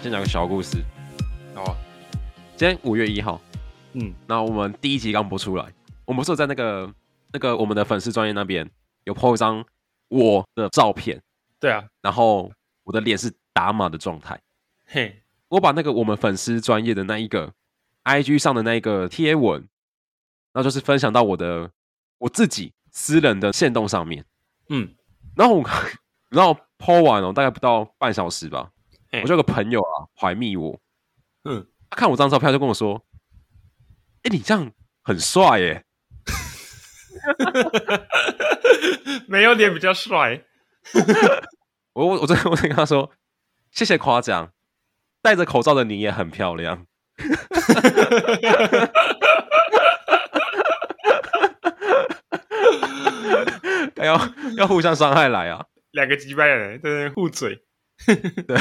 先讲个小故事。好啊，今天五月一号，嗯，那我们第一集刚播出来，我们不是有在那个那个我们的粉丝专业那边有 po 一张我的照片，对啊，然后我的脸是打码的状态。嘿，我把那个我们粉丝专业的那一个 IG 上的那一个贴文，那就是分享到我的我自己私人的线动上面。嗯，然后我， 然后 po 完哦，大概不到半小时吧，嘿我就有个朋友啊怀密我，嗯，他看我这张照片他就跟我说：“哎、你这样很帅耶、没有脸比较帅，我我我真的我真的跟他说：“谢谢夸奖，戴着口罩的你也很漂亮。”要要互相伤害来啊！两个击败人在那互嘴，对，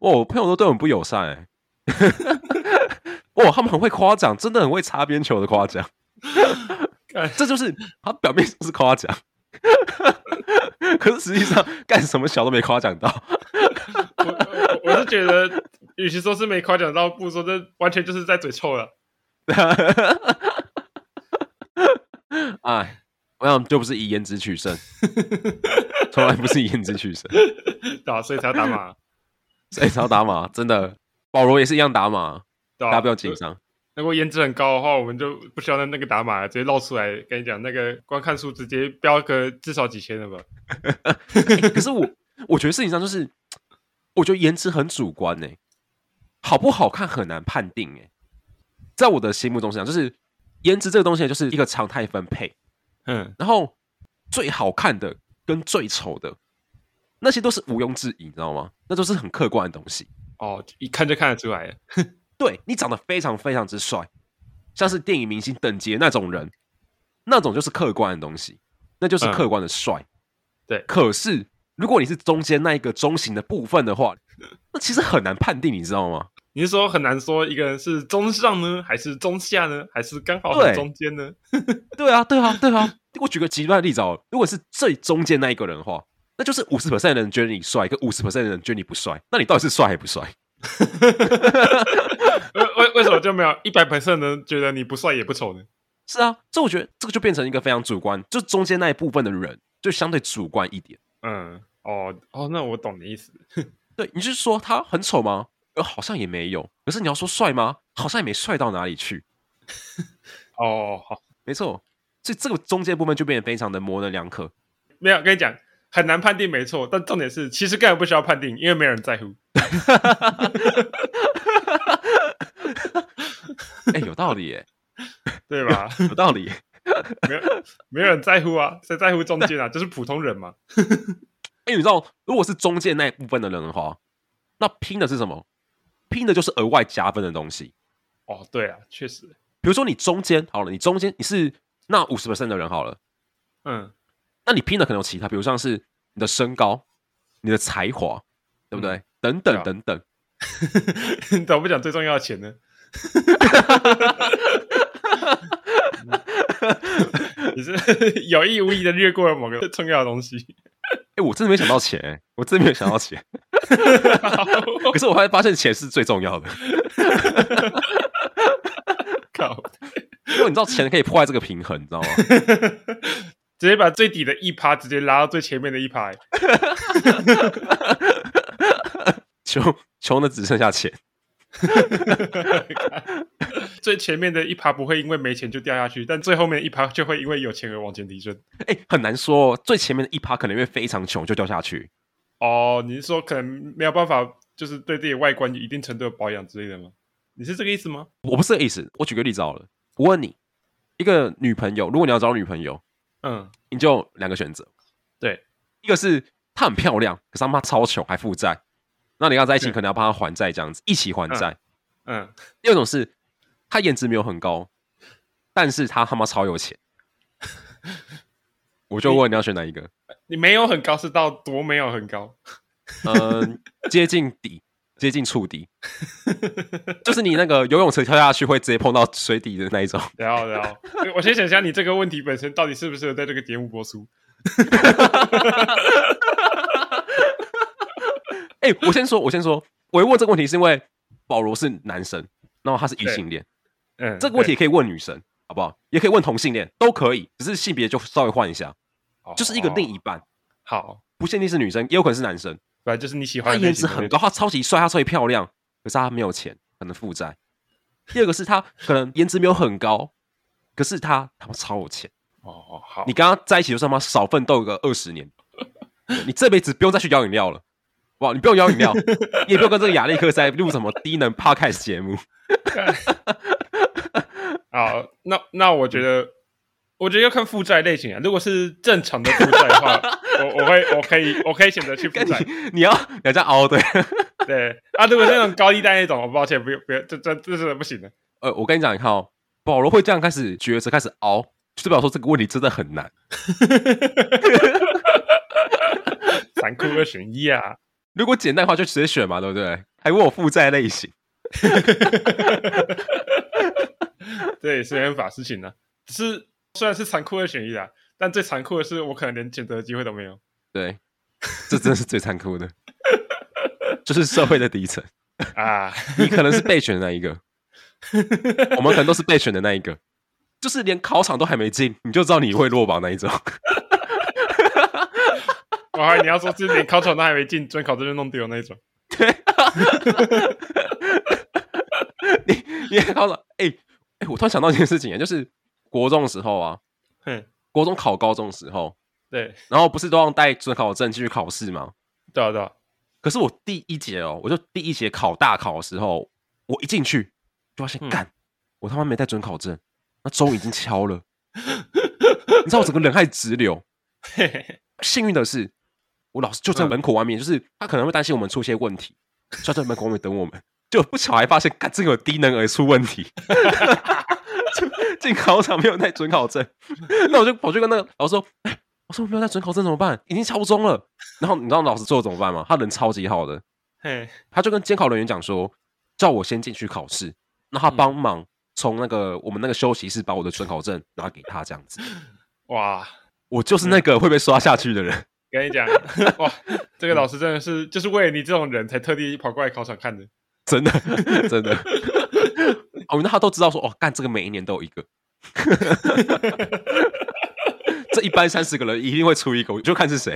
哇，我朋友都对我们不友善哎、哇，他们很会夸奖，真的很会擦边球的夸奖。干这就是他表面上是夸奖，可是实际上干什么小都没夸奖到。我我我是觉得，与其说是没夸奖到，不如说这完全就是在嘴臭了。哎，我想就不是以颜值取胜，从来不是以颜值取胜，对啊，所以才要打码，所以只要打码，真的，保罗也是一样打码，对大吧、家不要紧张。如果颜值很高的话，我们就不需要那那个打码了，直接露出来。跟你讲，那个观看数直接标个至少几千了吧？欸可是我我觉得事情上就是，我觉得颜值很主观呢、好不好看很难判定哎、在我的心目中是这样，就是颜值这个东西就是一个常态分配，嗯，然后最好看的跟最丑的那些都是毋庸置疑，你知道吗？那都是很客观的东西。哦，一看就看得出来了。对你长得非常非常之帅，像是电影明星等级的那种人，那种就是客观的东西，那就是客观的帅。对可是如果你是中间那一个中型的部分的话，那其实很难判定，你知道吗？你是说很难说一个人是中上呢，还是中下呢，还是刚好对在中间呢？对啊，对啊，对啊。我举个极端的例子哦，如果是最中间那一个人的话，那就是五十 percent 的人觉得你帅，跟五十 percent 的人觉得你不帅，那你到底是帅还不帅？ 为为为什么就没有一百 percent 呢？觉得你不帅也不丑呢？是啊，这我觉得这个就变成一个非常主观，就中间那一部分的人就相对主观一点。嗯，哦哦，那我懂你意思。对，你是说他很丑吗？呃，好像也没有。可是你要说帅吗？好像也没帅到哪里去。哦，好，没错，所以这个中间部分就变得非常的模棱两可。没有跟你讲很难判定，没错。但重点是，其实根本不需要判定，因为没有人在乎。哎、有道理耶，对 吧？有道理耶。哎没有没有人在乎啊，谁在乎中间啊？ 就是普通人嘛。哎、你知道，如果是中间那一部分的人的话，那拼的是什么？拼的就是额外加分的东西。哦，对啊，确实，比如说你中间好了，你中间你是那五十 percent 的人好了，嗯， 那你拼的可能有其他，比如像是你的身高、你的才华，对不对？等对等啊等等。你怎么不讲最重要的钱呢？ 你是 有意无意的略过了某个重要的东西。 哎、我真的没想到钱、欸，我真的没有想到钱。 可是我还发现钱是最重要的，靠，因为你知道钱可以破坏这个平衡，你知道吗？ 直接把最底的一趴直接拉到最前面的一趴、欸穷穷的只剩下钱，最前面的一趴不会因为没钱就掉下去，但最后面的一趴就会因为有钱而往前提升。哎、很难说、哦。最前面的一趴可能因为非常穷就掉下去，哦，你是说可能没有办法，就是对自己的外观有一定程度的保养之类的吗？你是这个意思吗？我不是这个意思。我举个例子好了，我问你，一个女朋友，如果你要找女朋友，嗯，你就有两个选择，对，一个是她很漂亮，可是她妈超穷还负债，那你跟她在一起对可能要帮她还债，这样子一起还债；嗯，第二种是她颜值没有很高，但是她他妈超有 钱。我就问你要选哪一个？你没有很高是到多没有很高， 嗯，接近底，接近触底，就是你那个游泳池跳下去会直接碰到水底的那一种。然后然后，我先想一下你这个问题本身到底适不适合在这个节目播出？哎、我先说，我先说，我会问这个问题是因为保罗是男生，然后他是异性恋，嗯，这个问题可以问女生，好不好？也可以问同性恋，都可以，只是性别就稍微换一下，对就是一个另一哦半，好，不限定是女生，也有可能是男生。反正就是你喜他欢的类颜值型的很那高，他超级帅，他超级漂亮，可是他没有钱，可能负债。第二个是他可能颜值没有很高，可是他他妈超有钱。种哦哦好，你跟他在一起就他妈少奋斗个二十年， 对你这辈子不用再去摇饮料了，哇！你不用摇饮料，你也不用跟这个亚历克在录什么低能 podcast 节目。好，那那我觉嗯得，我觉得要看负债类型啊。如果是正常的负债的 话，我我会我可以我可以选择去负跟债。你你要你要这样凹对， 对啊，如果是那种高利贷那种，我抱歉，不用不用，这这这是不行的。呃，我跟你讲，你看哦，保罗会这样开始抉择，开始凹，就代表说这个问题真的很难。三哭二选一啊！如果简单的话，就直接选嘛，对不对？还问我负债类型。这也是没办法事情呢、只是虽然是残酷二选一啦，啊但最残酷的是我可能连选择的机会都没有。对，这真的是最残酷的，就是社会的底层。啊，你可能是备选的那一个，我们可能都是备选的那一个，就是连考场都还没进，你就知道你会落榜那一种。 我还以为你要说是连考场都还没进，准考证就弄丢那一种。你你连考场，哎、哎、我突然想到一件事情，就是国中的时候啊，哼，国中考高中的时候，对，然后不是都要带准考证去考试吗？对啊，对啊，可是我第一节哦，我就第一节考大考的时候，我一进去就发现，嗯干、我他妈没带准考证，那钟已经敲了，你知道我整个人还直流。嘿嘿幸运的是，我老师就在门口外面，就是他可能会担心我们出些问题，就在门口外面等我们。 就不巧还发现，干这个有低能儿出问题，就进考场没有带准考证， 那我就跑去跟那个老师说：“哎、我说我没有带准考证怎么办？已经敲钟了。”然后你知道老师做的怎么办吗？他人超级好的，嘿，他就跟监考人员讲说，叫我先进去考试，那他帮忙从那个、我们那个休息室把我的准考证拿给他，这样子。哇！我就是那个会被刷下去的人，跟你讲， 哇，这个老师真的是就是为了你这种人才特地跑过来考场看的。真的真的。哦，那他都知道说，哦，干这个每一年都有一个，这一般三十个人一定会出一个，我就看是谁，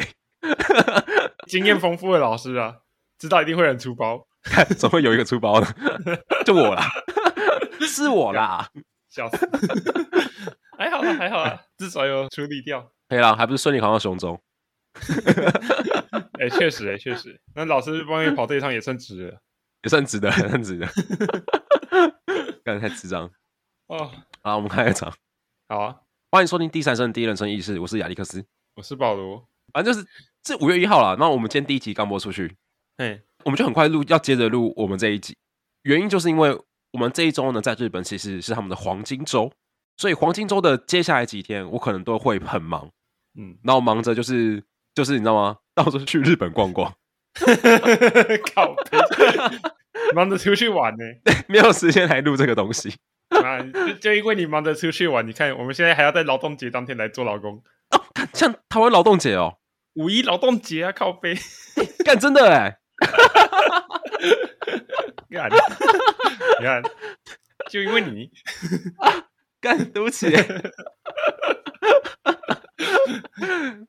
经验丰富的老师啊，知道一定会有人出包，看总会有一个出包的，就我啦，是我啦。笑死。还好啦，还好啦，至少有处理掉。可以啦，还不是顺利考上雄中。哎、确实、哎，确实，那老师帮你跑这一趟也算值了。也算值得，也算值得。刚才太智障。哦，好，我们开个场。好啊，欢迎收听第三声第一人称意识，我是亚历克斯。我是保罗。反正就是这五月一号啦，那我们今天第一集刚播出去，嘿，我们就很快录，要接着录我们这一集。原因就是因为我们这一周呢，在日本其实是他们的黄金周，所以黄金周的接下来几天，我可能都会很忙。嗯， 然后忙着就是就是你知道吗？到处去日本逛 逛，靠北， 忙着出去玩呢、没有时间来录这个东西。啊，就就因为你忙着出去玩，你看我们现在还要在劳动节当天来做劳工，哦，看像台湾劳动节哦，五一劳动节啊，靠背，干真的哎，干，你看， 就因为你，干，对不起。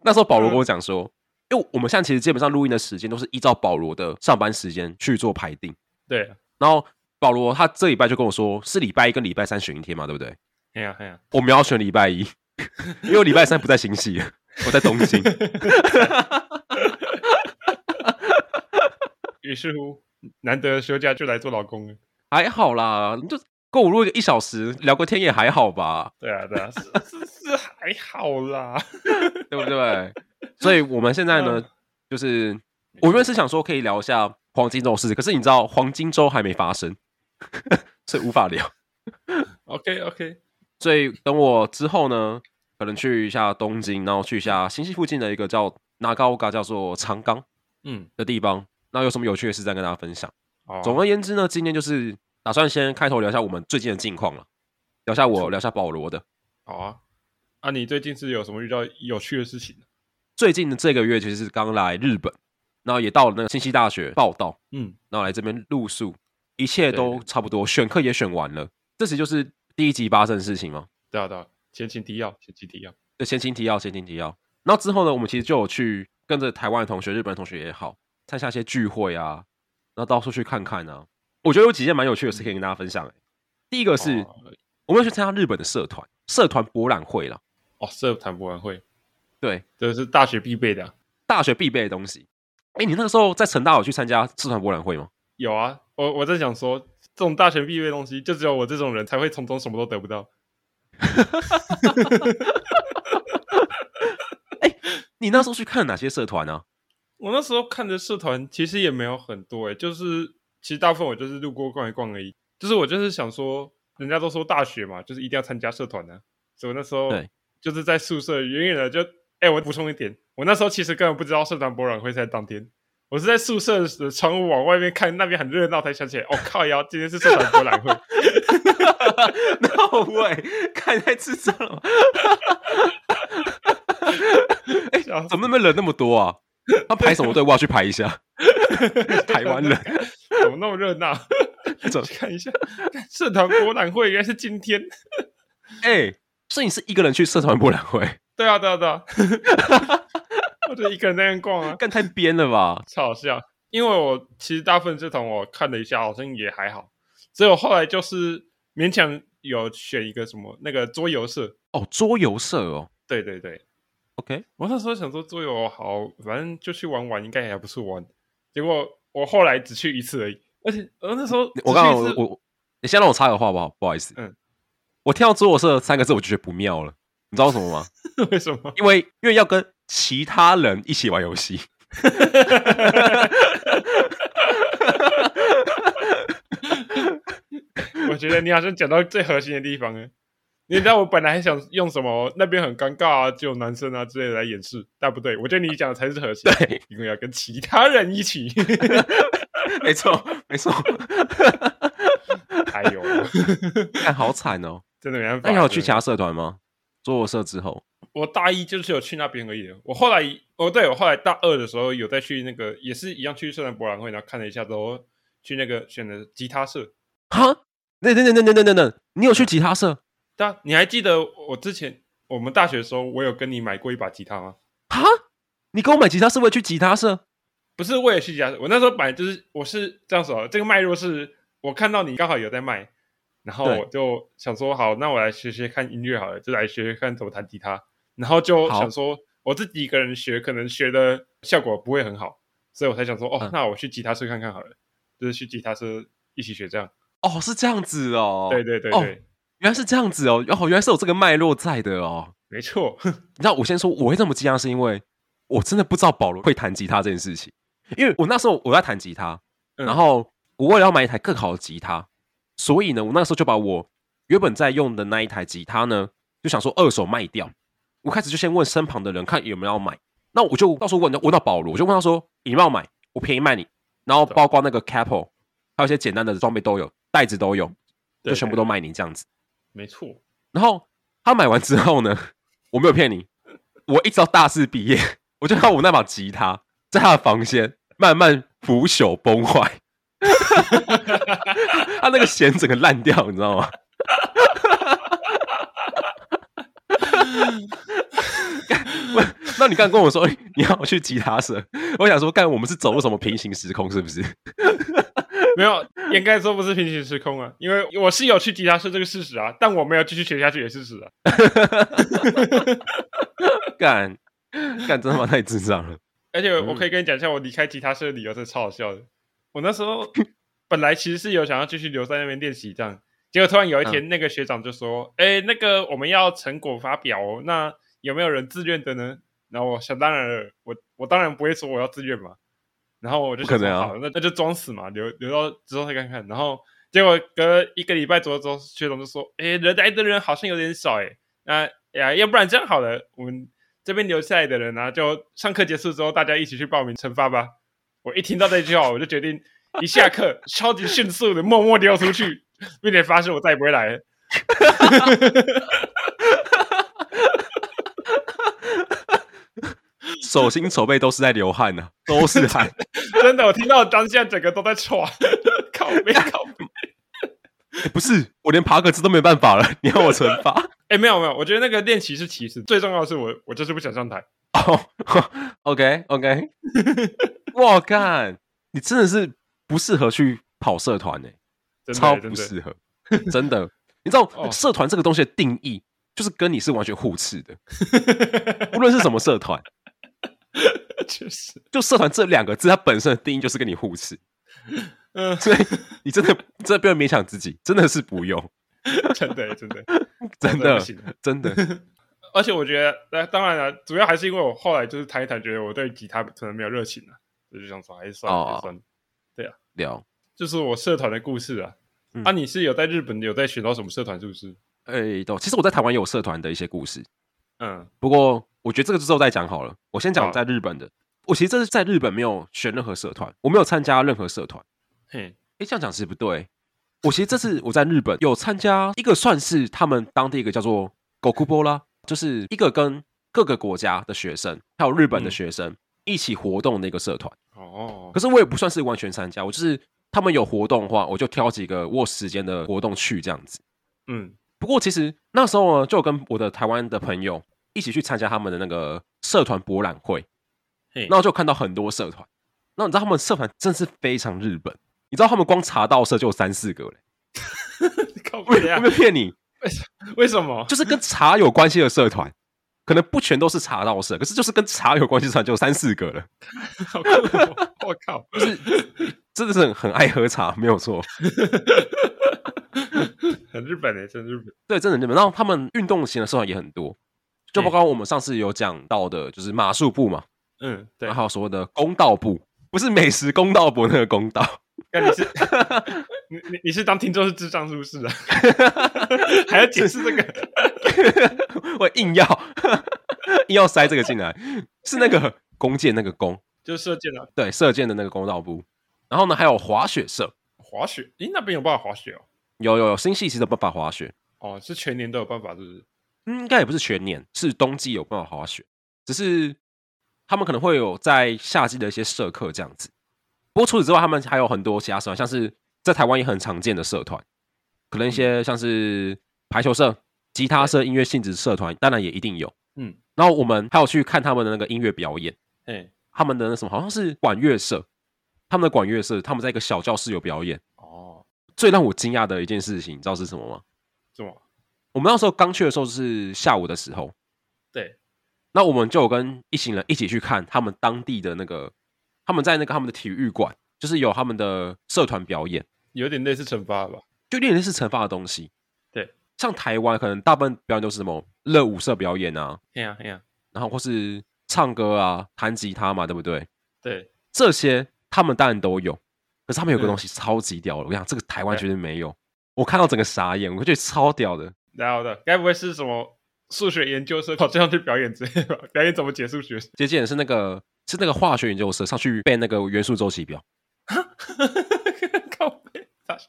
那时候保罗跟我讲说，因为我们现在其实基本上录音的时间都是依照保罗的上班时间去做排定。对，然后保罗他这礼拜就跟我说，是礼拜一跟礼拜三选一天嘛，对不对？哎呀哎呀，我们要选礼拜一， 因为我礼拜三不在新系， 我在东京。于是乎，难得休假就来做劳工了。还好啦，你就跟我录一个一小时，聊个天也还好吧，对啊，对啊，是是是还好啦。对不对？所以我们现在呢嗯，就是我原本是想说可以聊一下黄金周的事，可是你知道黄金周还没发生， 所以无法聊。 OK OK，所以等我之后呢，可能去一下东京，然后去一下新系附近的一个叫拿高嘎，叫做长冈嗯，的地方。那有什么有趣的事再跟大家分享。哦总而言之呢，今天就是打算先开头聊一下我们最近的近况了，聊一下我，聊一下保罗的。好啊。啊，你最近是有什么遇到有趣的事情？最近的这个月其实是刚来日本，然后也到了那个清溪大学报道，嗯，然后来这边露宿，一切对都差不多，选课也选完了，这其实就是第一集发生的事情嘛。对啊对啊，前情提要，前情提要，对，前情提要，前情提要。然后之后呢，我们其实就有去跟着台湾的同学、日本的同学也好，参加一些聚会啊，然后到处去看看啊。我觉得有几件蛮有趣的事可以跟大家分享、欸。第一个是、哦我们有去参加日本的社团社团博览会啦，哦，社团博览会，对，这是大学必备的啊、大学必备的东西。哎，你那个时候在成大有去参加社团博览会吗？有啊，我我在想说，这种大学必备的东西，就只有我这种人才会从中什么都得不到。你那时候去看了哪些社团啊呢、我那时候看的社团其实也没有很多、欸，就是其实大部分我就是路过逛一逛而已。就是我就是想说，人家都说大学嘛，就是一定要参加社团呢、啊所以我那时候对就是在宿舍远远的就，哎、我补充一点，我那时候其实根本不知道社团博览会在当天，我是在宿舍的窗户往外面看，那边很热闹才想起来，哦靠呀，今天是社团博览 会。啊？ 那喂，看太智障了吧！笑死怎哎么那边人那么多啊？他排什么队？我要去排一 下。台湾人 怎么那么热闹？ 怎么去看一下社团博览会，原来是今天。哎、所以你是一个人去社团博览会，对啊，对啊，对 啊，我就一个人在那边逛啊，干太编了吧？超好笑。因为我其实大部分社团我看了一下，好像也还好，所以我后来就是勉强有选一个什么那个桌游社。哦，桌游社哦对对对， ，OK，我那时候想说桌游好，反正就去玩玩，应该也还不错玩。结果我后来只去一次而已，而且我那时候我刚刚只去一我次我，你先让我插个话好不好？不好意思，嗯，我听到桌游社三个字我就觉得不妙了，你知道为什么吗？ 为什么？因为因为要跟其他人一起玩游戏，我觉得你好像讲到最核心的地方了。你知道我本来还想用什么哦那边很尴尬啊，只有男生啊之类的来掩饰，但不对，我觉得你讲的才是核心，对，因为要跟其他人 一起。 没错没 错，哎呦，看好惨 哦。真的没办法。那你还有去其讲，他社团吗？桌游社之后，我大一就是有去那边而已的。我后来，哦，对，我后来大二的时候有再去那个，也是一样去社团博览会，然后看了一下之后，去那个选的吉他社。哈，嗯那那那那那那那，你有去吉他社？对啊，你还记得我之前我们大学的时候，我有跟你买过一把吉他吗？哈，你给我买吉他是为了去吉他社？不是为了去加，我那时候本来就是我是这样说的，这个脉络是我看到你刚好有在卖，然后对我就想说好，那我来学学看音乐好了，就来学学看怎么弹吉他，然后就好想说我自己一个人学，可能学的效果不会很好，所以我才想说哦，嗯那我去吉他社看看好了，就是去吉他社一起学这样。哦，是这样子哦，对对对哦对，原来是这样子哦，哦，原来是有这个脉络在的哦。没错， 你知道我先说我会这么惊讶，是因为我真的不知道保罗会弹吉他这件事情，因为我那时候我在弹吉他，嗯然后我为了要买一台更好的吉他，所以呢，我那时候就把我原本在用的那一台吉他呢，就想说二手卖掉。我开始就先问身旁的人看有没有要买，那我就到时候问问到保罗，我就问他说你要不要买，我便宜卖你，然后包括那个 capo，还有一些简单的装备都有，袋子都有，就对全部都卖你这样子。没错，然后他买完之后呢，我没有骗你，我一直到大四毕业，我就看我那把吉他在他的房间慢慢腐朽崩坏，他那个弦整个烂掉，你知道吗？干我那你刚刚跟我说哎你要去吉他社，我想说，干我们是走入什么平行时空是不是？没有，应该说不是平行时空啊，因为我是有去吉他社这个事实啊，但我没有继续学下去也是事实啊。干干真他妈太智障了！而且我可以跟你讲一下，我离开吉他社的理由，真的超好笑的。我那时候本来其实是有想要继续留在那边练习这样，结果突然有一天，那个学长就说：“哎、那个我们要成果发表哦，那有没有人自愿的呢？”然后我想当然了，我我当然不会说我要自愿嘛。然后我就想不可说能啊好，那那就装死嘛，留留到之后再看看。然后结果隔一个礼拜左右之后，学长就说：“哎、人来的人好像有点少哎、那呀，要不然这样好了，我们这边留下来的人呢、啊，就上课结束之后，大家一起去报名惩罚吧。我一听到这句话，我就 决定一下课超级迅速的默默溜出去，并且发誓我再也不会来了。手心手背都是在流汗呢、都是汗。真的，我听到当下整个都在喘， 靠背靠背。欸不是，我连爬格子都没办法了， 你要我惩罚？哎、没有没有，我觉得那个练习是其次，最重要的是我我就是不想上台。哦、o k OK，我干，你真的是不适合去跑社团呢、真的欸超真不的适合，真的。你知道、哦社团这个东西的定义，就是跟你是完全互斥的，无论是什么社团， 确实，就社团这两个字，它本身的定义就是跟你互斥，嗯、所以你真的 真的不要勉强自己，真的是不用，真的真的真的不的行。真 的，而且我觉得，那、当然了，主要还是因为我后来就是弹一弹，觉得我对吉他可能没有热情了、我就想说还是算了，还哦是算了。聊。就是我社团的故事啊。嗯啊，你是有在日本有在学到什么社团是不是？哎、都，其实我在台湾也有社团的一些故事，嗯，不过我觉得这个之后再讲好了。我先好讲在日本的，我其实这是在日本没有选任何社团，我没有参加任何社团。嘿，诶，这样讲其实不对。我其实这次我在日本有参加一个算是他们当地一个叫做 Gokubo 啦，就是一个跟各个国家的学生还有日本的嗯学生一起活动的一个社团。哦可，是我也不算是完全参加，我就是他们有活动的话，我就挑几个我有时间的活动去这样子。嗯，不过其实那时候呢，就有跟我的台湾的朋友一起去参加他们的那个社团博览会，嘿然，后就看到很多社团。那你知道他们社团真是非常日本，你知道他们光茶道社就有三四个嘞，靠我背没啊有，骗你，为什么？ 就是跟茶有关系的社团，可能不全都是茶道社，可是就是跟茶有关系的社团就有三四个了，好酷哦、我靠， 不是真的是很很爱喝茶，没有错。很日本的、欸真日本。对，真的很日本。然后他们运动型的社团也很多，就包括我们上次有讲到的，就是马术部嘛，嗯，对然后，还有所谓的公道部，不是美食公道部那个公道。 那你是你你你是当听众是智障是不是啊？ 还要解释这个？我硬要 硬要塞这个进来，是那个弓箭那个弓，就是射箭啊，对，射箭的那个弓道部。然后呢，还有滑雪社，滑雪。诶，那边有办法滑雪哦？有有有新系其实有办法滑雪，哦，是全年都有办法，是不是？嗯应该也不是全年，是冬季有办法滑雪，只是他们可能会有在夏季的一些社课这样子。不过除此之外，他们还有很多其他社团，像是在台湾也很常见的社团，可能一些像是排球社、吉他社、音乐性质社团，当然也一定有。嗯，然后我们还有去看他们的那个音乐表演。嘿，他们的那什么，好像是管乐社，他们的管乐社，他们在一个小教室有表演。哦，最让我惊讶的一件事情，你知道是什么吗？怎么？我们那时候刚去的时候是下午的时候，对，那我们就有跟一行人一起去看他们当地的那个，他们在那个他们的体育馆，就是有他们的社团表演，有点类似惩罚吧？就练的是惩罚的东西。对，像台湾可能大部分表演都是什么热舞社表演啊，嘿呀、啊、嘿呀、啊，然后或是唱歌啊、弹吉他嘛，对不对？对，这些他们当然都有，可是他们有个嗯东西超级屌的，我跟你讲，这个台湾对绝对没有。我看到整个傻眼，我觉得超屌的。然后的，该不会是什么数学研究生跑这样去表演之类吧？表演怎么解数学？ 接近的是那个是那个化学研究生上去背那个元素周期表，靠背，大下。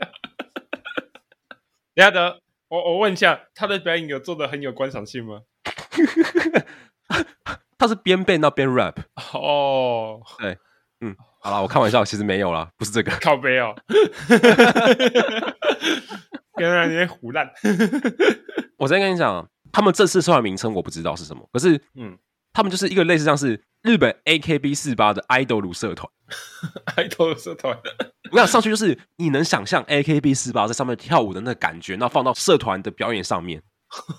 等一下的，我我问一下，他的表演有做的很有观赏性吗？ 他是边背那边 rap。哦，好啦，我开玩笑，其实没有啦，不是这个。靠背 哦，原来你在胡乱。我再跟你讲，他们正式社团名称我不知道是什么，可是嗯他们就是一个类似像是日本 AKB 四八的 idol 社团。爱豆社团， 我想上去就是你能想象 AKB 四八在上面跳舞的那个感觉，那放到社团的表演上面，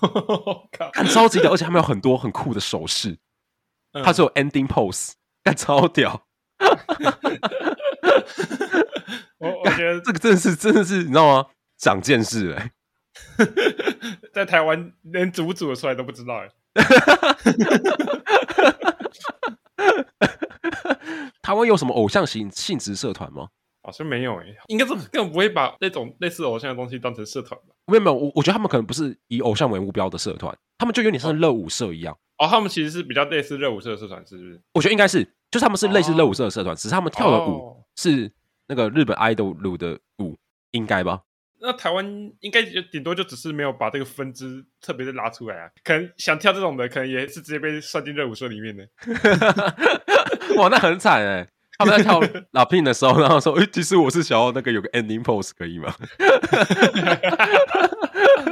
靠，看超级屌，而且他们有很多很酷的手势。嗯他只有 ending pose，干超屌，嗯我我觉得这个真的是真的是你知道吗？长见识哎、在台湾连组不组得出来都不知道哎。台湾有什么偶像型性质社团吗？好像没有诶、应该是根本不会把那种类似偶像的东西当成社团吧？没有没有，我我觉得他们可能不是以偶像为目标的社团，他们就有点像热舞社一样。哦，他们其实是比较类似热舞社的社团，是不是？我觉得应该是，就是他们是类似热舞社的社团，只是他们跳的舞哦是那个日本 idol 舞的舞，应该吧？ 那台湾应该就顶多就只是没有把这个分支特别的拉出来啊，可能想跳这种的，可能也是直接被算进热舞社里面的。哇，那很惨哎、他们在跳拉聘的时候，然后说：“哎、其实我是想要那个有个 ending pose，可以吗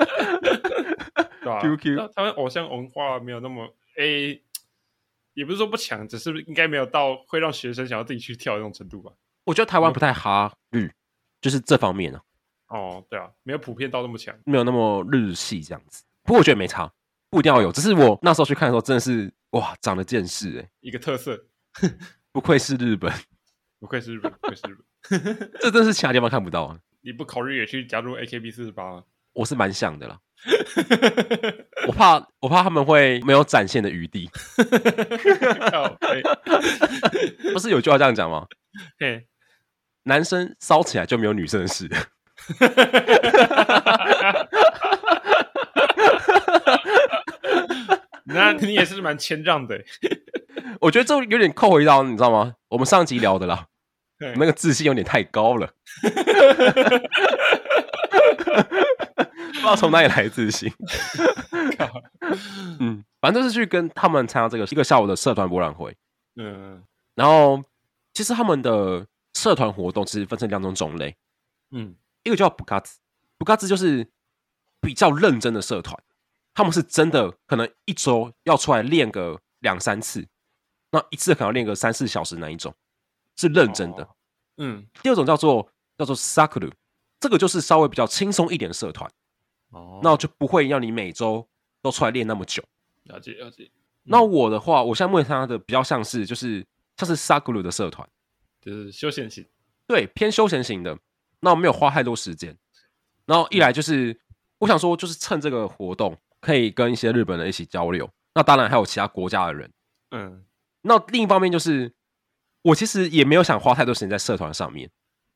对吧、 QQ 那台湾偶像文化没有那么诶、也不是说不强，只是应该没有到会让学生想要自己去跳的那种程度吧。？”我觉得台湾不太哈日，就是这方面呢、啊哦，对啊，没有普遍到那么强。没有那么日系这样子。不过我觉得没差，不一定要有。只是我那时候去看的时候，真的是哇，长了见识哎、一个特色，不愧是日本，不愧是日本，不愧是日本。这真是其他地方看不到、啊。你不考虑也去加入 AKB 四十八吗？ 我是蛮想的啦，我怕我怕他们会没有展现的余地。靠背不是有句话这样讲吗？嘿男生骚起来就没有女生的事。 那你也是蛮谦让的欸，我觉得这有点扣回到你知道吗？我们上集聊的啦，对那个自信有点太高了， 不知道从哪里来的自信。靠嗯，反正就是去跟他们参加这个一个下午的社团博览会，嗯然后其实他们的社团活动其实分成两种种类，嗯一个叫布嘎兹，布嘎兹就是比较认真的社团，他们是真哦的可能一周要出来练个两三次，那一次可能要练个三四小时那一种，是认真的。哦嗯，第二种叫做叫做 sakuru，这个就是稍微比较轻松一点的社团，哦嗯那就不会让你每周都出来练那么久。了解了解，那我的话，我现在目前参加的比较像是就是像是 sakuru 的社团，就是休闲型，对，偏休闲型的。那我没有花太多时间，然后一来就是我想说，就是趁这个活动可以跟一些日本人一起交流，那当然还有其他国家的人。嗯，那另一方面就是，我其实也没有想花太多时间在社团上面，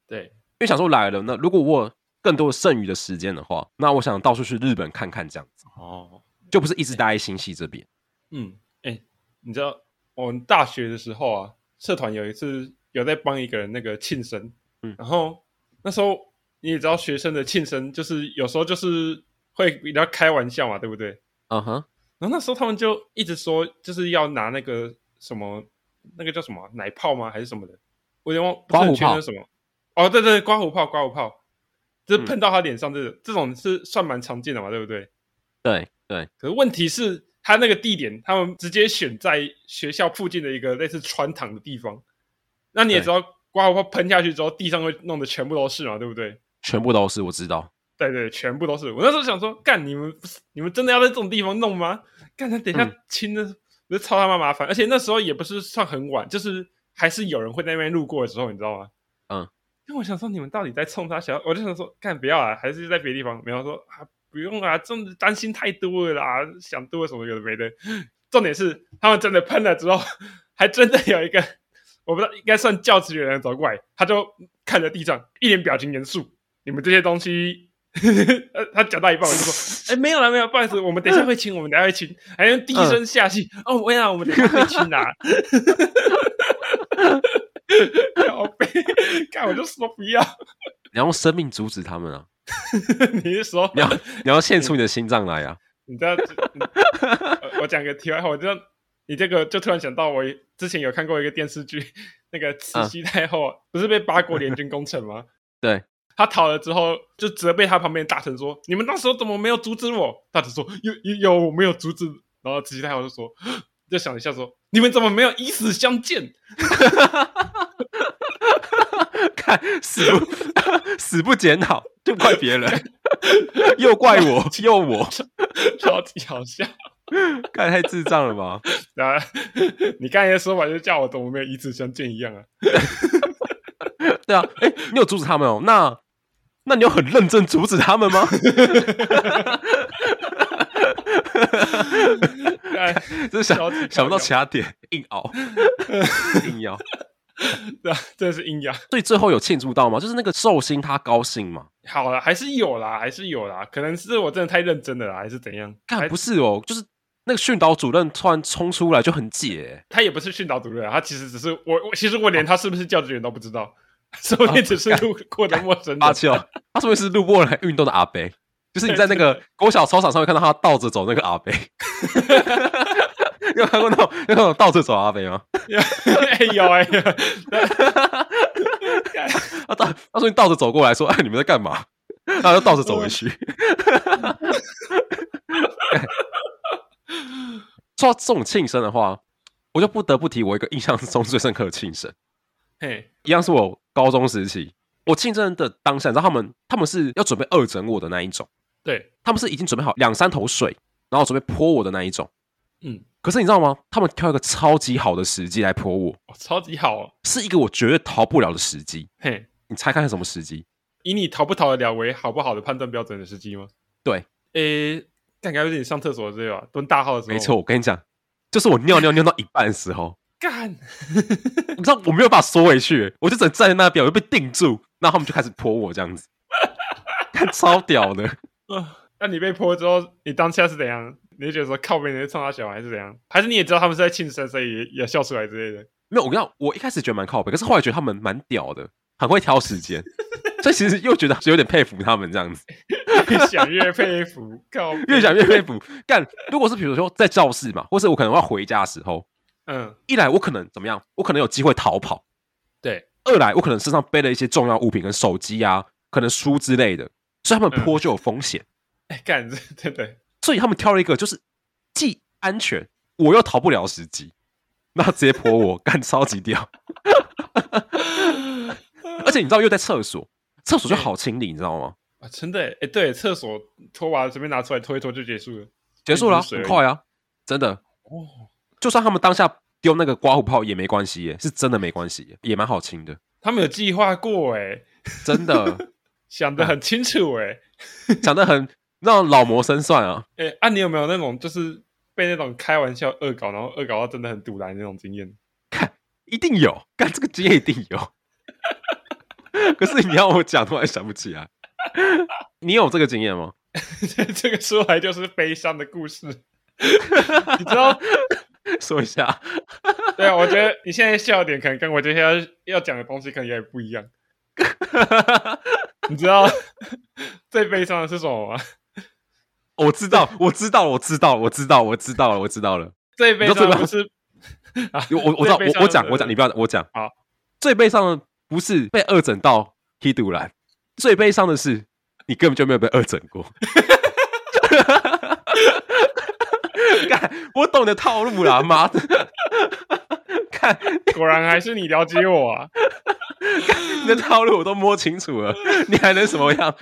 对，因为想说来了，那如果我有更多的剩余的时间的话，那我想到处去日本看看，这样子哦，就不是一直待在新系这边。嗯，哎，你知道我们大学的时候啊，社团有一次有在帮一个人那个庆生，嗯然后那时候你也知道学生的庆生就是有时候就是会比较开玩笑嘛，对不对？嗯哼，然后那时候他们就一直说，就是要拿那个什么，那个叫什么啊奶泡吗？还是什么的？我有点忘，不刮是胡很确定泡是什么。哦，对对，刮胡泡，刮胡泡，就是嗯喷到他脸上这种，这种是算蛮常见的嘛，对不对？对对，可是问题是，他那个地点，他们直接选在学校附近的一个类似穿堂的地方。那你也对知道，刮胡泡喷下去之后，地上会弄得全部都是嘛，对不对？全部都是我知道。对对，全部都是。我那时候想说，干你们，你们真的要在这种地方弄吗？干他等一下嗯亲的，不是超他妈麻烦。而且那时候也不是算很晚，就是还是有人会在那边路过的时候，你知道吗？嗯。因为我想说，你们到底在冲他小？我就想说，干不要啊，还是在别的地方。没有说啊，不用啊，真的担心太多了啦，想多了什么有的没的。 重点是他们真的喷了之后，还真的有一个我不知道应该算教职员的人走过来，他就看着地上，一脸表情严肃。你们这些东西，呃，他讲到一半我就说，哎、没有啦，没有，不好意思，我们等一下会亲，我们等一下会亲，还用低声下气。哦，我跟你讲，我们等一下会啊亲啦。 靠背，看我就说不要， 你要用生命阻止他们啊！你是说你要你要献出你的心脏来啊！你知道，呃我我讲个题外话，我知道你这个就突然想到，我之前有看过一个电视剧， 那个嗯慈禧太后、啊不是被八国联军攻城 吗？对，她逃了之后，就责备她旁边的大臣说：“你们那时候怎么没有阻止我？”大臣说：“有有有，我没有阻止。”然后慈禧太后就说：“ 就想一下说，你们怎么没有以死相见看死不死不检讨，就怪别人，又怪我，又我，？”超级好笑看太智障了吧？啊！ 你刚才的说法就叫我怎么没有以死相见一 样啊！对啊，哎、你有阻止他们哦？那那你有很认真阻止他们吗？ 哎 真想超级搞笑想不到其他点，硬熬，硬要。对啊， 真的是阴阳。所以最后有庆祝到吗？就是那个寿星他高兴嘛？好了，还是有啦，还是有啦，可能是我真的太认真了啦，还是怎样？看还不是哦，就是那个训导主任突然冲出来就很解、欸哦他也不是训导主任啊，他其实只是我，我其实我连他是不是教职员都不知道。 说不定只是路过的陌生八人。七哦，他是不是路过来运动的阿伯？就是你在那个国小操场上会看到他倒着走那个阿伯，你有看过那种那种倒着走阿伯吗？ 哎有哎有，他倒他说你倒着走过来说，哎，你们在干嘛？他就倒着走回去。说到这种庆生的话，我就不得不提我一个印象中最深刻的庆生。嘿，一样是我高中时期，我竞争的当下，你知道他们他们是要准备二整我的那一种，对，他们是已经准备好两三头水，然后准备泼我的那一种。嗯，可是你知道吗？他们挑一个超级好的时机来泼我，哇超级好哦，是一个我绝对逃不了的时机。嘿，你猜看是什么时机？以你逃不逃得了为好不好的判断标准的时机吗？对，诶，感觉有点上厕所的时候啊，蹲大号的时候，没错，，我跟你讲，就是我尿尿尿到一半的时候，干，你知道我没有办法缩回去，我就只能站在那边，我就被定住，然后他们就开始泼我这样子，看超屌的。啊那你被泼之后，你当下是怎样？你就觉得说靠别人冲他小孩是怎样？还是你也知道他们是在庆生，所以也也笑出来之类的？没有，我跟你讲，我一开始觉得蛮靠北，可是后来觉得他们蛮屌的，很会挑时间，所以其实又觉得有点佩服他们这样子，越想越佩 服，靠，越想越佩服。干，如果是比如说在教室嘛，或是我可能要回家的时候，嗯，一来我可能怎么样，我可能有机会逃跑；对，二来我可能身上背了一些重要物品，跟手机啊，可能书之类的，所以他们嗯颇就有风险，哎，干， 对对对，所以他们挑了一个就是既安全我又逃不了的时机，那直接泼我， 干超级屌。而且你知道又在厕所，厕所就好清理，你知道吗？啊，真的耶，哎，对，厕所拖把随便拿出来拖一拖就结束了。结束了啊、一滴水而很已快啊，真的。哦，就算他们当下丢那个刮胡泡也没关系耶，是真的没关系耶，也蛮好清的，他们有计划过哎，真的想嗯得很清楚哎。讲的很让老谋深算啊。哎、啊，你有没有那种就是被那种开玩笑恶搞，然后恶搞到真的很堵然那种经验？ 一定有，干这个经验一定有。 可是你要我讲，突然想不起来。你有这个经验吗？这个说来就是悲伤的故事。 你知道，说一下。 对啊，我觉得你现在笑点可能跟我接下来要讲的东西可能有点不 一样。你知道最悲伤的是什么吗？哦我知道，我知道，我知道，我知道，我知道了，我知道了。最悲你说最伤的悲不是啊，我我我知道，最悲伤的我我讲，我讲，你不要，我讲。好，最悲伤的不是被二诊到 He 堵兰，最悲伤的是你根本就没有被二诊过。 看，我懂你的套路啦，妈的！看果然还是你了解我啊！你的套路我都摸清楚了，你还能什么样？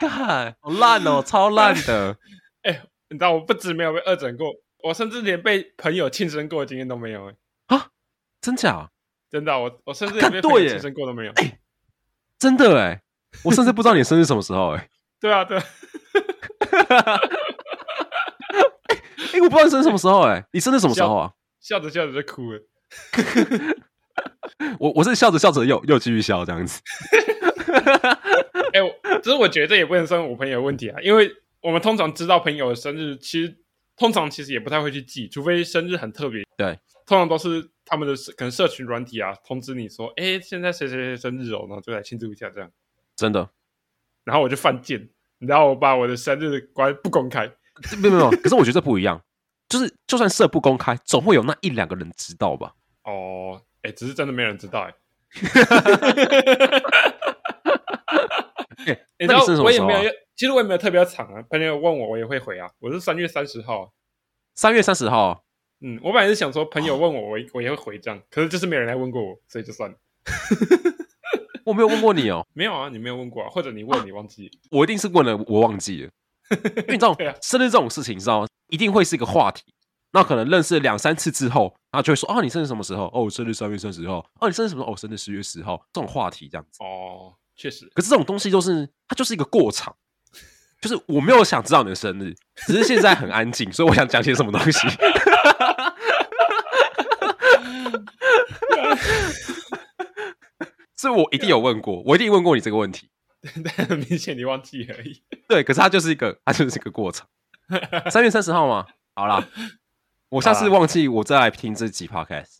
看，好烂哦，超烂的。你知道，我不止没有被恶整过，我甚至连被朋友庆生过的经验都没有、欸。真假？真的啊、我我甚至啊干连被朋对友耶庆生过都没有。真的哎，我甚至不知道你生日什么时候哎。对啊，对啊。哎、我不知道你生日什么时候哎、你生日什么时候啊？笑着笑着就哭了。我我是笑着笑着又又继续笑这样子。哎、我只是我觉得这也不能算我朋友的问题啊，因为我们通常知道朋友的生日，其实通常其实也不太会去记，除非生日很特别。对，通常都是他们的社可能社群软体啊通知你说，哎、现在谁谁谁生日哦，然后就来庆祝一下这样。真的，然后我就犯贱，然后我把我的生日关不公开。 没有没有，可是我觉得这不一样，就是就算社不公开，总会有那一两个人知道吧？哦，哎、只是真的没人知 道哎、哎、你知那道你生日什我么也时候没啊、有要，其实我也没有特别要抢啊。朋友问我，我也会回啊。我是三月三十号啊，三月三十号啊，嗯，我本来是想说朋友问我，我也我也会回这样，可是就是没有人来问过我，所以就算了。我没有问过你哦，没有啊，你没有问过啊，或者你问你忘记。我一定是问了，我忘记了。因为你知 道对啊，生日这种事情，你知道吗一定会是一个话题。那可能认识了两三次之后，然后就会说：“哦，你生日什么时候？哦，我生日三月三十号。哦，你生日什么时候？哦，我生日十月十号。”这种话题这样子。哦，确实， 可是这种东西就是它就是一个过场，就是我没有想知道你的生日，只是现在很安静，所以我想讲些什么东西。 所以我一定有问过，我一定问过你这个问题。但很明显你忘记而已。 对，可是它就是一个，它就是一个过场。三月三十号嘛，好啦，我下次好啦忘记，我再来听这集 podcast。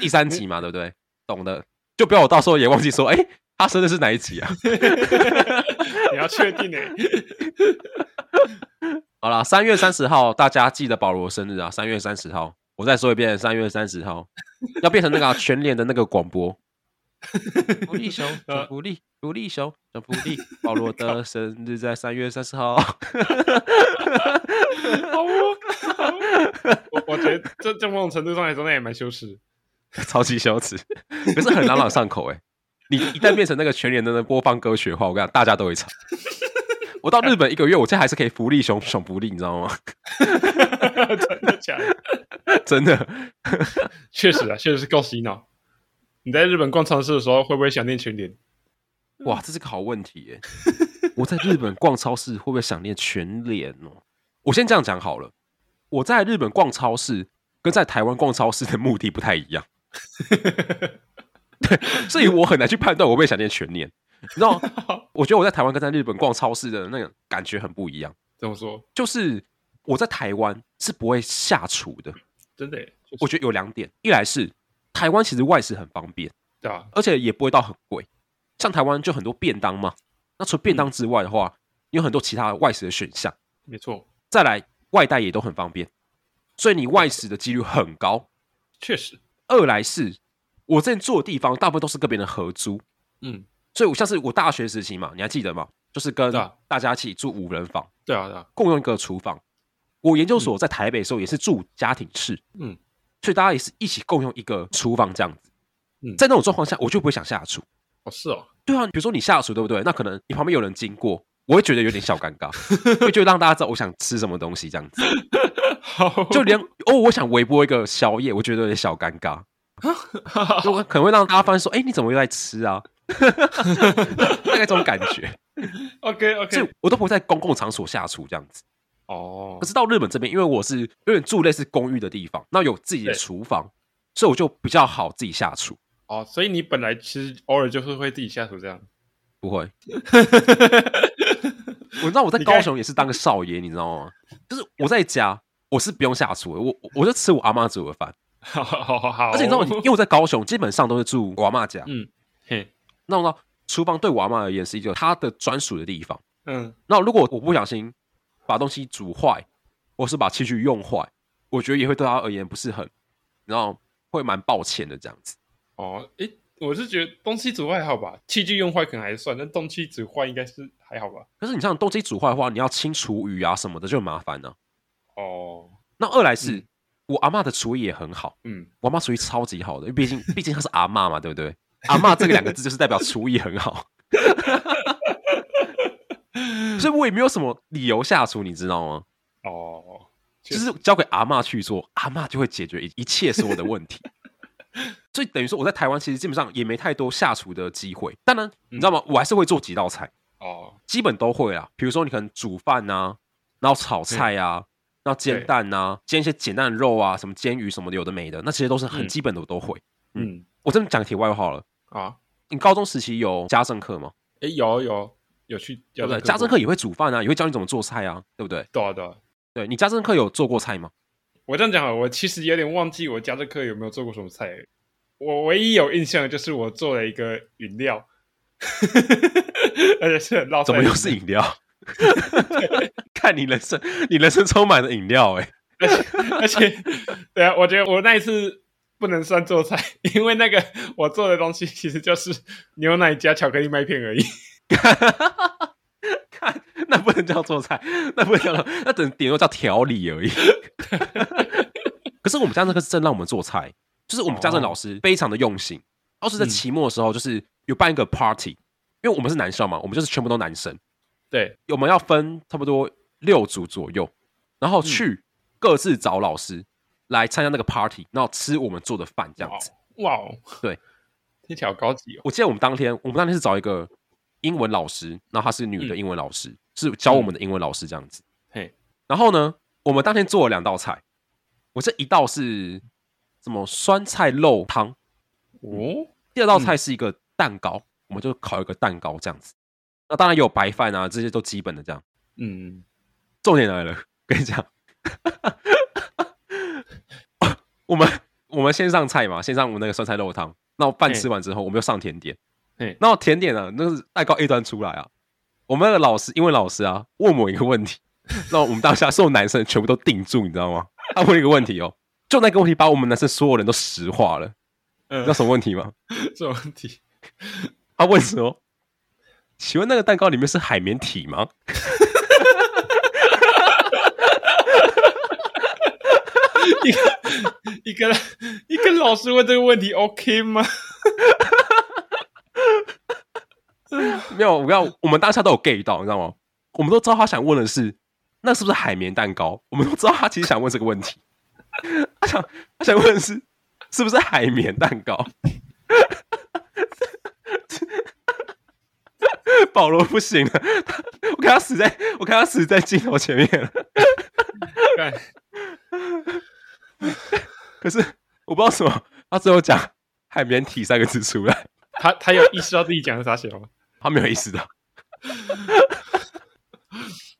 第三集嘛，对不对？懂的，就不要我到时候也忘记说，哎、他生的是哪一集啊？你要确定哎、好啦，三月三十号，大家记得保罗生日啊！三月三十号，我再说一遍，三月三十号要变成那个啊、全脸的那个广播。福利熊，呃小福利，福利熊，小福利，保罗的生日在三月三十号。好哦，好哦我我觉得这这某种程度上来说，那也蛮羞耻。 超级羞耻，可是很朗朗上口哎、你一旦变成那个全联的那播放歌曲的话，我跟你讲，大家都会唱。我到日本一个月，我现在还是可以福利熊熊福利，你知道吗？ 真的假的？真的，确实啊，确实是够洗脑。你在日本逛超市的时候，会不会想念全联？哇，这是个好问题哎、我在日本逛超市会不会想念全联哦？我先这样讲好了，我在日本逛超市跟在台湾逛超市的目的不太一样，对，所以我很难去判断我会不会想念全联。你知道，我觉得我在台湾跟在日本逛超市的那个感觉很不一样。怎么说？就是我在台湾是不会下厨的。真的耶、确实我觉得有两点，一来是台湾其实外食很方便，对啊，而且也不会到很贵。像台湾就很多便当嘛，那除了便当之外的话，你有很多其他外食的选项。没错，再来，外带也都很方便，所以你外食的几率很高。确实，二来是我之前住的地方大部分都是跟别人合租，嗯，所以我像是我大学时期嘛，你还记得吗？就是跟对啊大家一起住五人房，对啊，对啊，共用一个厨房。我研究所在台北的时候也是住家庭式，嗯，所以大家也是一起共用一个厨房这样子。嗯在那种状况下，我就不会想下厨。哦，是哦，对啊，比如说你下厨，对不对？那可能你旁边有人经过，我会觉得有点小尴尬，因为就让大家知道我想吃什么东西这样子。好， 就连哦，我想微波一个宵夜，我觉得有点小尴尬， 就可能会让大家发现说，哎，你怎么又在吃啊？ 大概这种感觉， OK 所 OK，以我都不会在公共场所下厨这样子。哦可，是到日本这边，因为我是有点住类似公寓的地方，那有自己的对厨房，所以我就比较好自己下厨，哦，所以你本来其实偶尔就是会自己下厨这样。不会。我知道我在你该高雄也是当个少爷，你知道吗？就是我在家，我是不用下厨的，我我我就吃我阿妈煮的饭。 好好好好，哦而且你知道，因为我在高雄基本上都是住我阿妈家，嗯，嘿，那我知道厨房对我阿妈而言是一个她的专属的地方。嗯，那如果我不小心把东西煮坏，或是把器具用坏，我觉得也会对她而言不是很，然后会蛮抱歉的这样子。哦，诶，我是觉得东西煮坏还好吧，器具用坏可能还算，但东西煮坏应该是还好吧。可是你像东西煮坏的话，你要清厨余啊什么的就很麻烦呢、哦，那二来是、嗯我阿嬷的厨艺也很好，嗯，我阿嬷厨艺超级好的，因为毕竟 毕竟她是阿嬷嘛，对不对？阿嬷这个两个字就是代表厨艺很好， 所以我也没有什么理由下厨，你知道吗？哦，确就实是交给阿嬷去做，阿嬷就会解决一一切所有的问题。 所以等于说我在台湾其实基本上也没太多下厨的机会。当然，你知道吗？嗯我还是会做几道菜。哦，基本都会啊。比如说你可能煮饭啊，然后炒菜啊，然后煎蛋啊，煎一些简单的肉啊，什么煎鱼什么的，有的没的，那其实都是很嗯基本的，我都会。嗯，我这边讲个题外话好了，啊，你高中时期有家政课吗？诶，有有有去，对有不对？去家政过课也会煮饭啊，也会教你怎么做菜啊，对不对？对啊对啊。对你家政课有做过菜吗？我这样讲好了，我其实有点忘记我家政课有没有做过什么菜。我唯一有印象的就是我做了一个饮料， 而且是很烙怎么菜的又是饮料？ 看你人生，你人生充满了饮料哎、 而且，对啊，我觉得我那一次不能算做菜， 因为那个我做的东西其实就是牛奶加巧克力麦片而已。看那不能叫做菜，那不能叫做，那等顶多叫调理而已。 可是我们家政课是真让我们做菜，就是我们家政老哦师非常的用心。当时在嗯期末的时候，就是有办一个 party，、因为我们是男校嘛，我们就是全部都男生，对，我们要分差不多六组左右，然嗯后去各自找老师来参加那个 party，然后吃我们做的饭这样子。哇哦，对，听起来好高级哦。我记得我们当天，我们当天是找一个英文老师，然后她是女的英文老师，是教我们的英文老师这样子。嗯嘿，然后呢，我们当天做了两道菜，我这一道是什么酸菜肉汤，哦，第二道菜是一个蛋糕，我们就烤一个蛋糕这样子。那当然也有白饭啊，这些都基本的这样。嗯， 重点来了，跟你讲，我们我们先上菜嘛，先上我们那个酸菜肉汤。那我饭嘿吃完之后，我们又上甜点嘿。那我甜点啊，那是蛋糕 A 端出来啊。我们那个老师，英文老师啊，问我一个问题， 那我们当下所有男生全部都定住，你知道吗？他问一个问题哦，就那个问题把我们男生所有人都石化了。嗯你知道什么问题吗？这种问题，他问说：“请问那个蛋糕里面是海绵体吗？”一个一个一个老师问这个问题，OK 吗？没有，我要我们当下都有 gay 到，你知道吗？我们都知道他想问的是，那是不是海绵蛋糕？我们都知道他其实想问这个问题，他想他想问的是，是不是海绵蛋糕？ 保罗不行了，他我看他死在，我看他死在镜头前面了。干可是我不知道什么，他最后讲“海绵体”三个字出来，他他有意识到自己讲的啥小吗？他没有意识到。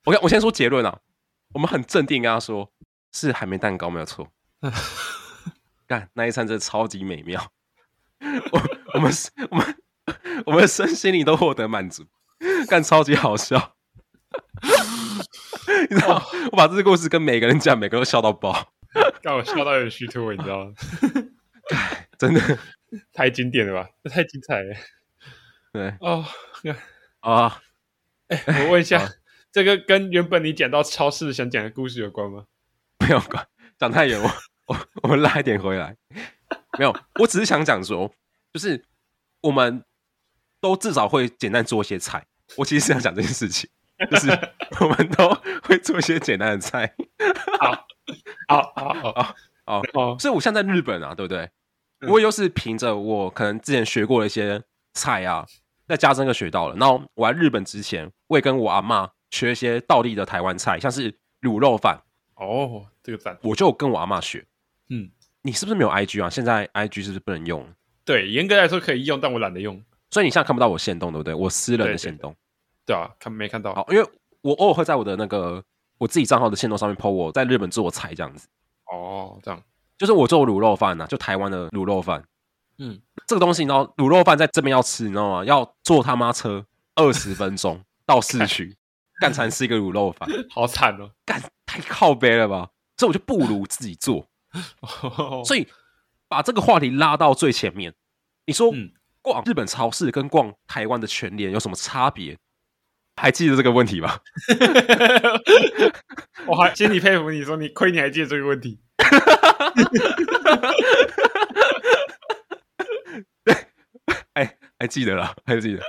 我看我先说结论啊，我们很镇定跟他说是海绵蛋糕没有错。干那一餐真的超级美妙，我我们我们我们身心灵都获得满足，干超级好笑。 你知道吗，我把这个故事跟每个人讲，每个人都笑到爆，让我笑到有点虚脱，你知道吗？ 真的。太经典了吧，这太精彩了对哦！干啊，我问好一下，这个跟原本你讲到超市想讲的故事有关吗？没有关，讲太远，我我我们拉一点回来。没有，我只是想讲说，就是我们都至少会简单做一些菜。我其实是想讲这件事情，就是我们都会做一些简单的菜。好好好 好好哦，所以我现在在日本啊，对不对？嗯我也就是凭着我可能之前学过的一些菜啊，在家真的学到了。然后我来日本之前，我也跟我阿妈学一些道地的台湾菜，像是卤肉饭，哦，这个赞，我就跟我阿妈学。嗯，你是不是没有 IG 啊？现在 IG 是不是不能用？对，严格来说可以用，但我懒得用，所以你现在看不到我现动，对不对？我私人的现动。对啊，看没看到？好，因为我偶尔会在我的那个我自己账号的现动上面 PO 我在日本做菜这样子，哦，这样，就是我做卤肉饭啊呐、就台湾的卤肉饭。嗯，这个东西你知道，卤肉饭在这边要吃，你知道吗？要坐他妈车二十分钟到市 区，干才吃一个卤肉饭，好惨哦。干太靠背了吧？所以我就不如自己做。所所以把这个话题拉到最前面，你说嗯逛日本超市跟逛台湾的全联有什么差别？还记得这个问题吧？以 我还心里佩服你说你亏你还记得这个问题，哎，还记得啦，还记得。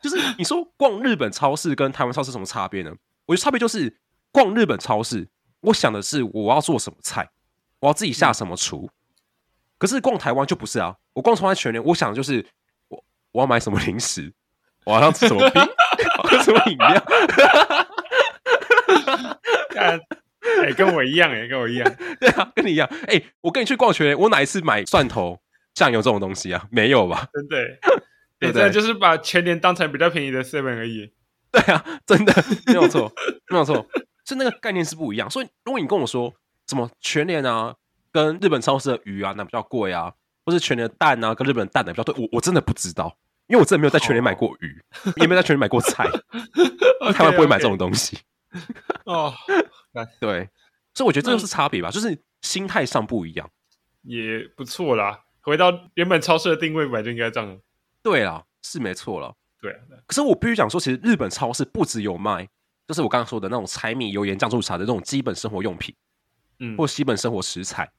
就是你说逛日本超市跟台湾超市什么差别呢？我觉得差别就是逛日本超市，我想的是我要做什么菜，我要自己下什么厨。可是逛台湾就不是啊，我逛台湾全年，我想的就是我我要买什么零食，我要吃什么冰， 我要喝什么饮料。 干哎，跟我一样哎，跟我一样，对啊，跟你一样。哎、我跟你去逛全联，我哪一次买蒜头、酱油这种东西啊？没有吧？ 真的欸，对你不对真的就是把全年当成比较便宜的 seven 而已。对啊，真的没有错，没有错，是那个概念是不一样。所以如果你跟我说什么全联啊，跟日本超市的鱼啊，那比较贵啊，或是全联的蛋啊，跟日本的蛋奶比较对，我我真的不知道，因为我真的没有在全联买过鱼，也没有在全联买过菜，台湾不会买这种东西。哦，对，所以我觉得这就是差别吧，就是心态上不一样。也不错啦。回到原本超市的定位，本来就应该这样。对啦，是没错了。对啊，对啊可是我必须讲说，其实日本超市不只有卖，就是我刚刚说的那种柴米油盐酱醋茶的那种基本生活用品，嗯，或基本生活食材。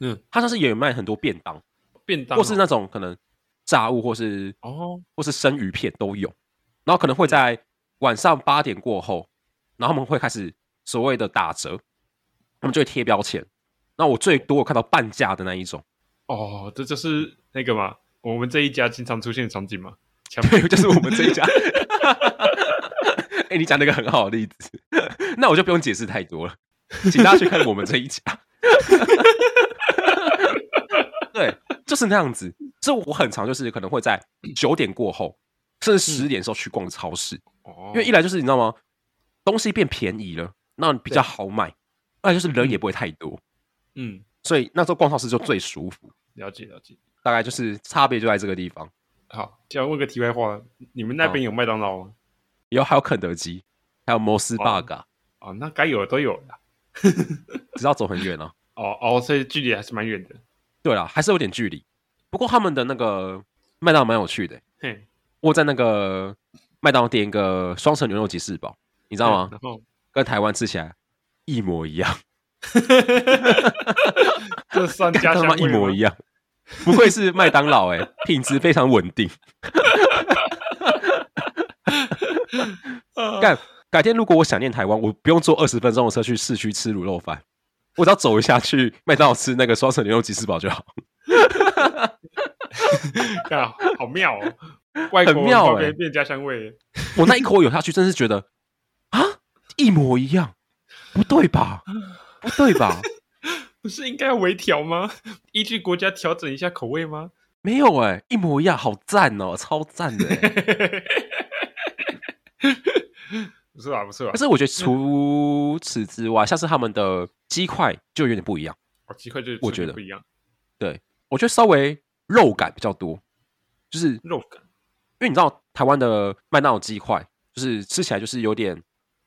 嗯，它像是也有卖很多便当，便当哦或是那种可能炸物，或是哦，或是生鱼片都有。然后可能嗯会在晚上八点过后，然后他们会开始所谓的打折，他们就会贴标签。那我最多我看到半价的那一种，哦，这就是那个嘛，我们这一家经常出现的场 景嘛。强对，就是我们这一家。 哎、你讲了一个很好的例子，那我就不用解释太多了，请大家去看我们这一家。 对，就是那样子。所以我很常就是可能会在九点过后，甚至十点的时候去逛超市，哦因为一来就是你知道吗，嗯东西变便宜了，那比较好买；二来就是人也不会太多。嗯，所以那时候逛超市就最舒服，了解了解。大概就是差别就在这个地方。好，想问个题外话，你们那边有麦当劳吗？以后还有肯德基，还有摩斯哦巴嘎，哦，那该有的都有了。只要走很远哦、哦哦，所以距离还是蛮远的。对啦，还是有点距离。不过他们的那个麦当劳蛮有趣的、欸嘿，我在那个麦当劳点一个双层牛肉吉士堡，你知道吗？然后，跟台湾吃起来一模一样，这算跟家 他乡妈一模一样。不愧是麦当劳哎、品质非常稳定。样干，改天如果我想念台湾，我不用坐二十分钟的车去市区吃卤肉饭，我只要走一下去麦当劳吃那个双层牛肉吉士堡就好。干好妙哦！外很国妙照欸片变家乡味，我那一口咬下去，真是觉得啊，一模一样，不对吧？不对吧？不是应该要微调吗？依据国家调整一下口味吗？没有哎、一模一样，好赞哦，超赞的、欸。不错啊，不错啊可！是我觉得除此之外，像是他们的鸡块就有点不一样，好奇怪，就是我觉得不一样，我觉得稍微肉感比较多，就是因肉感为你知道台湾的麦当劳鸡块，就是吃起来就是有点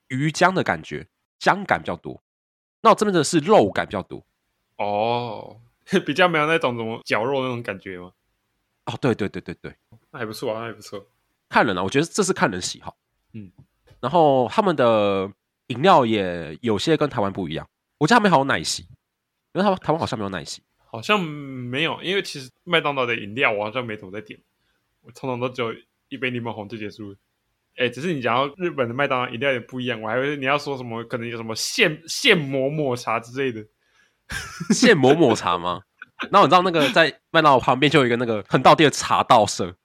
鱼浆的感觉，浆感比较多。那我这边的是肉感比较多哦， 比较没有那种什么绞肉那种感觉吗？哦，对对对对对，那还不错啊，那还不错。看人啊，我觉得这是看人喜好。嗯，然后他们的饮料也有些跟台湾不一样，我觉得他们好有奶昔，因为他们台湾好像没有奶昔。 好像没有，因为其实麦当劳的饮料我好像没怎么在点，我通常都只有一杯柠檬红就结束了。哎，只是你讲到日本的麦当劳饮料也不一样，我还以为你要说什么，可能有什么现现磨抹茶之类的。 现磨抹茶吗？然后你知道那个在麦当劳旁边就有一个那个很道地的茶道社，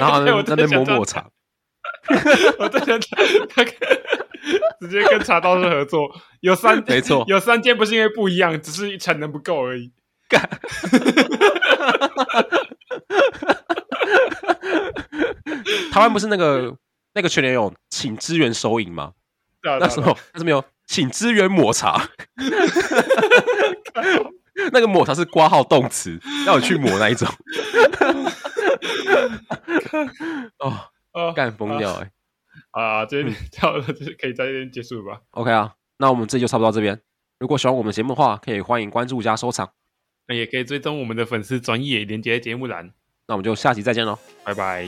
然后对在 那边磨抹，茶，我在想 他他跟直接跟茶道士合作，有三没错有三间不是因为不一样，只是产能不够而已。台湾不是那个那个全联有请支援手影吗？对 啊，那时候那是没有请支援抹茶， 那个抹茶是挂号动词，要你去抹那一种。 哦，啊干疯掉哎、欸、啊，这边到了，就是可以在这边结束吧。 ！OK 啊，那我们这集就差不多到这边。如果喜欢我们节目的话，可以欢迎关注加收藏。那也可以追踪我们的粉丝专业连接节目栏。那我们就下集再见喽。拜拜。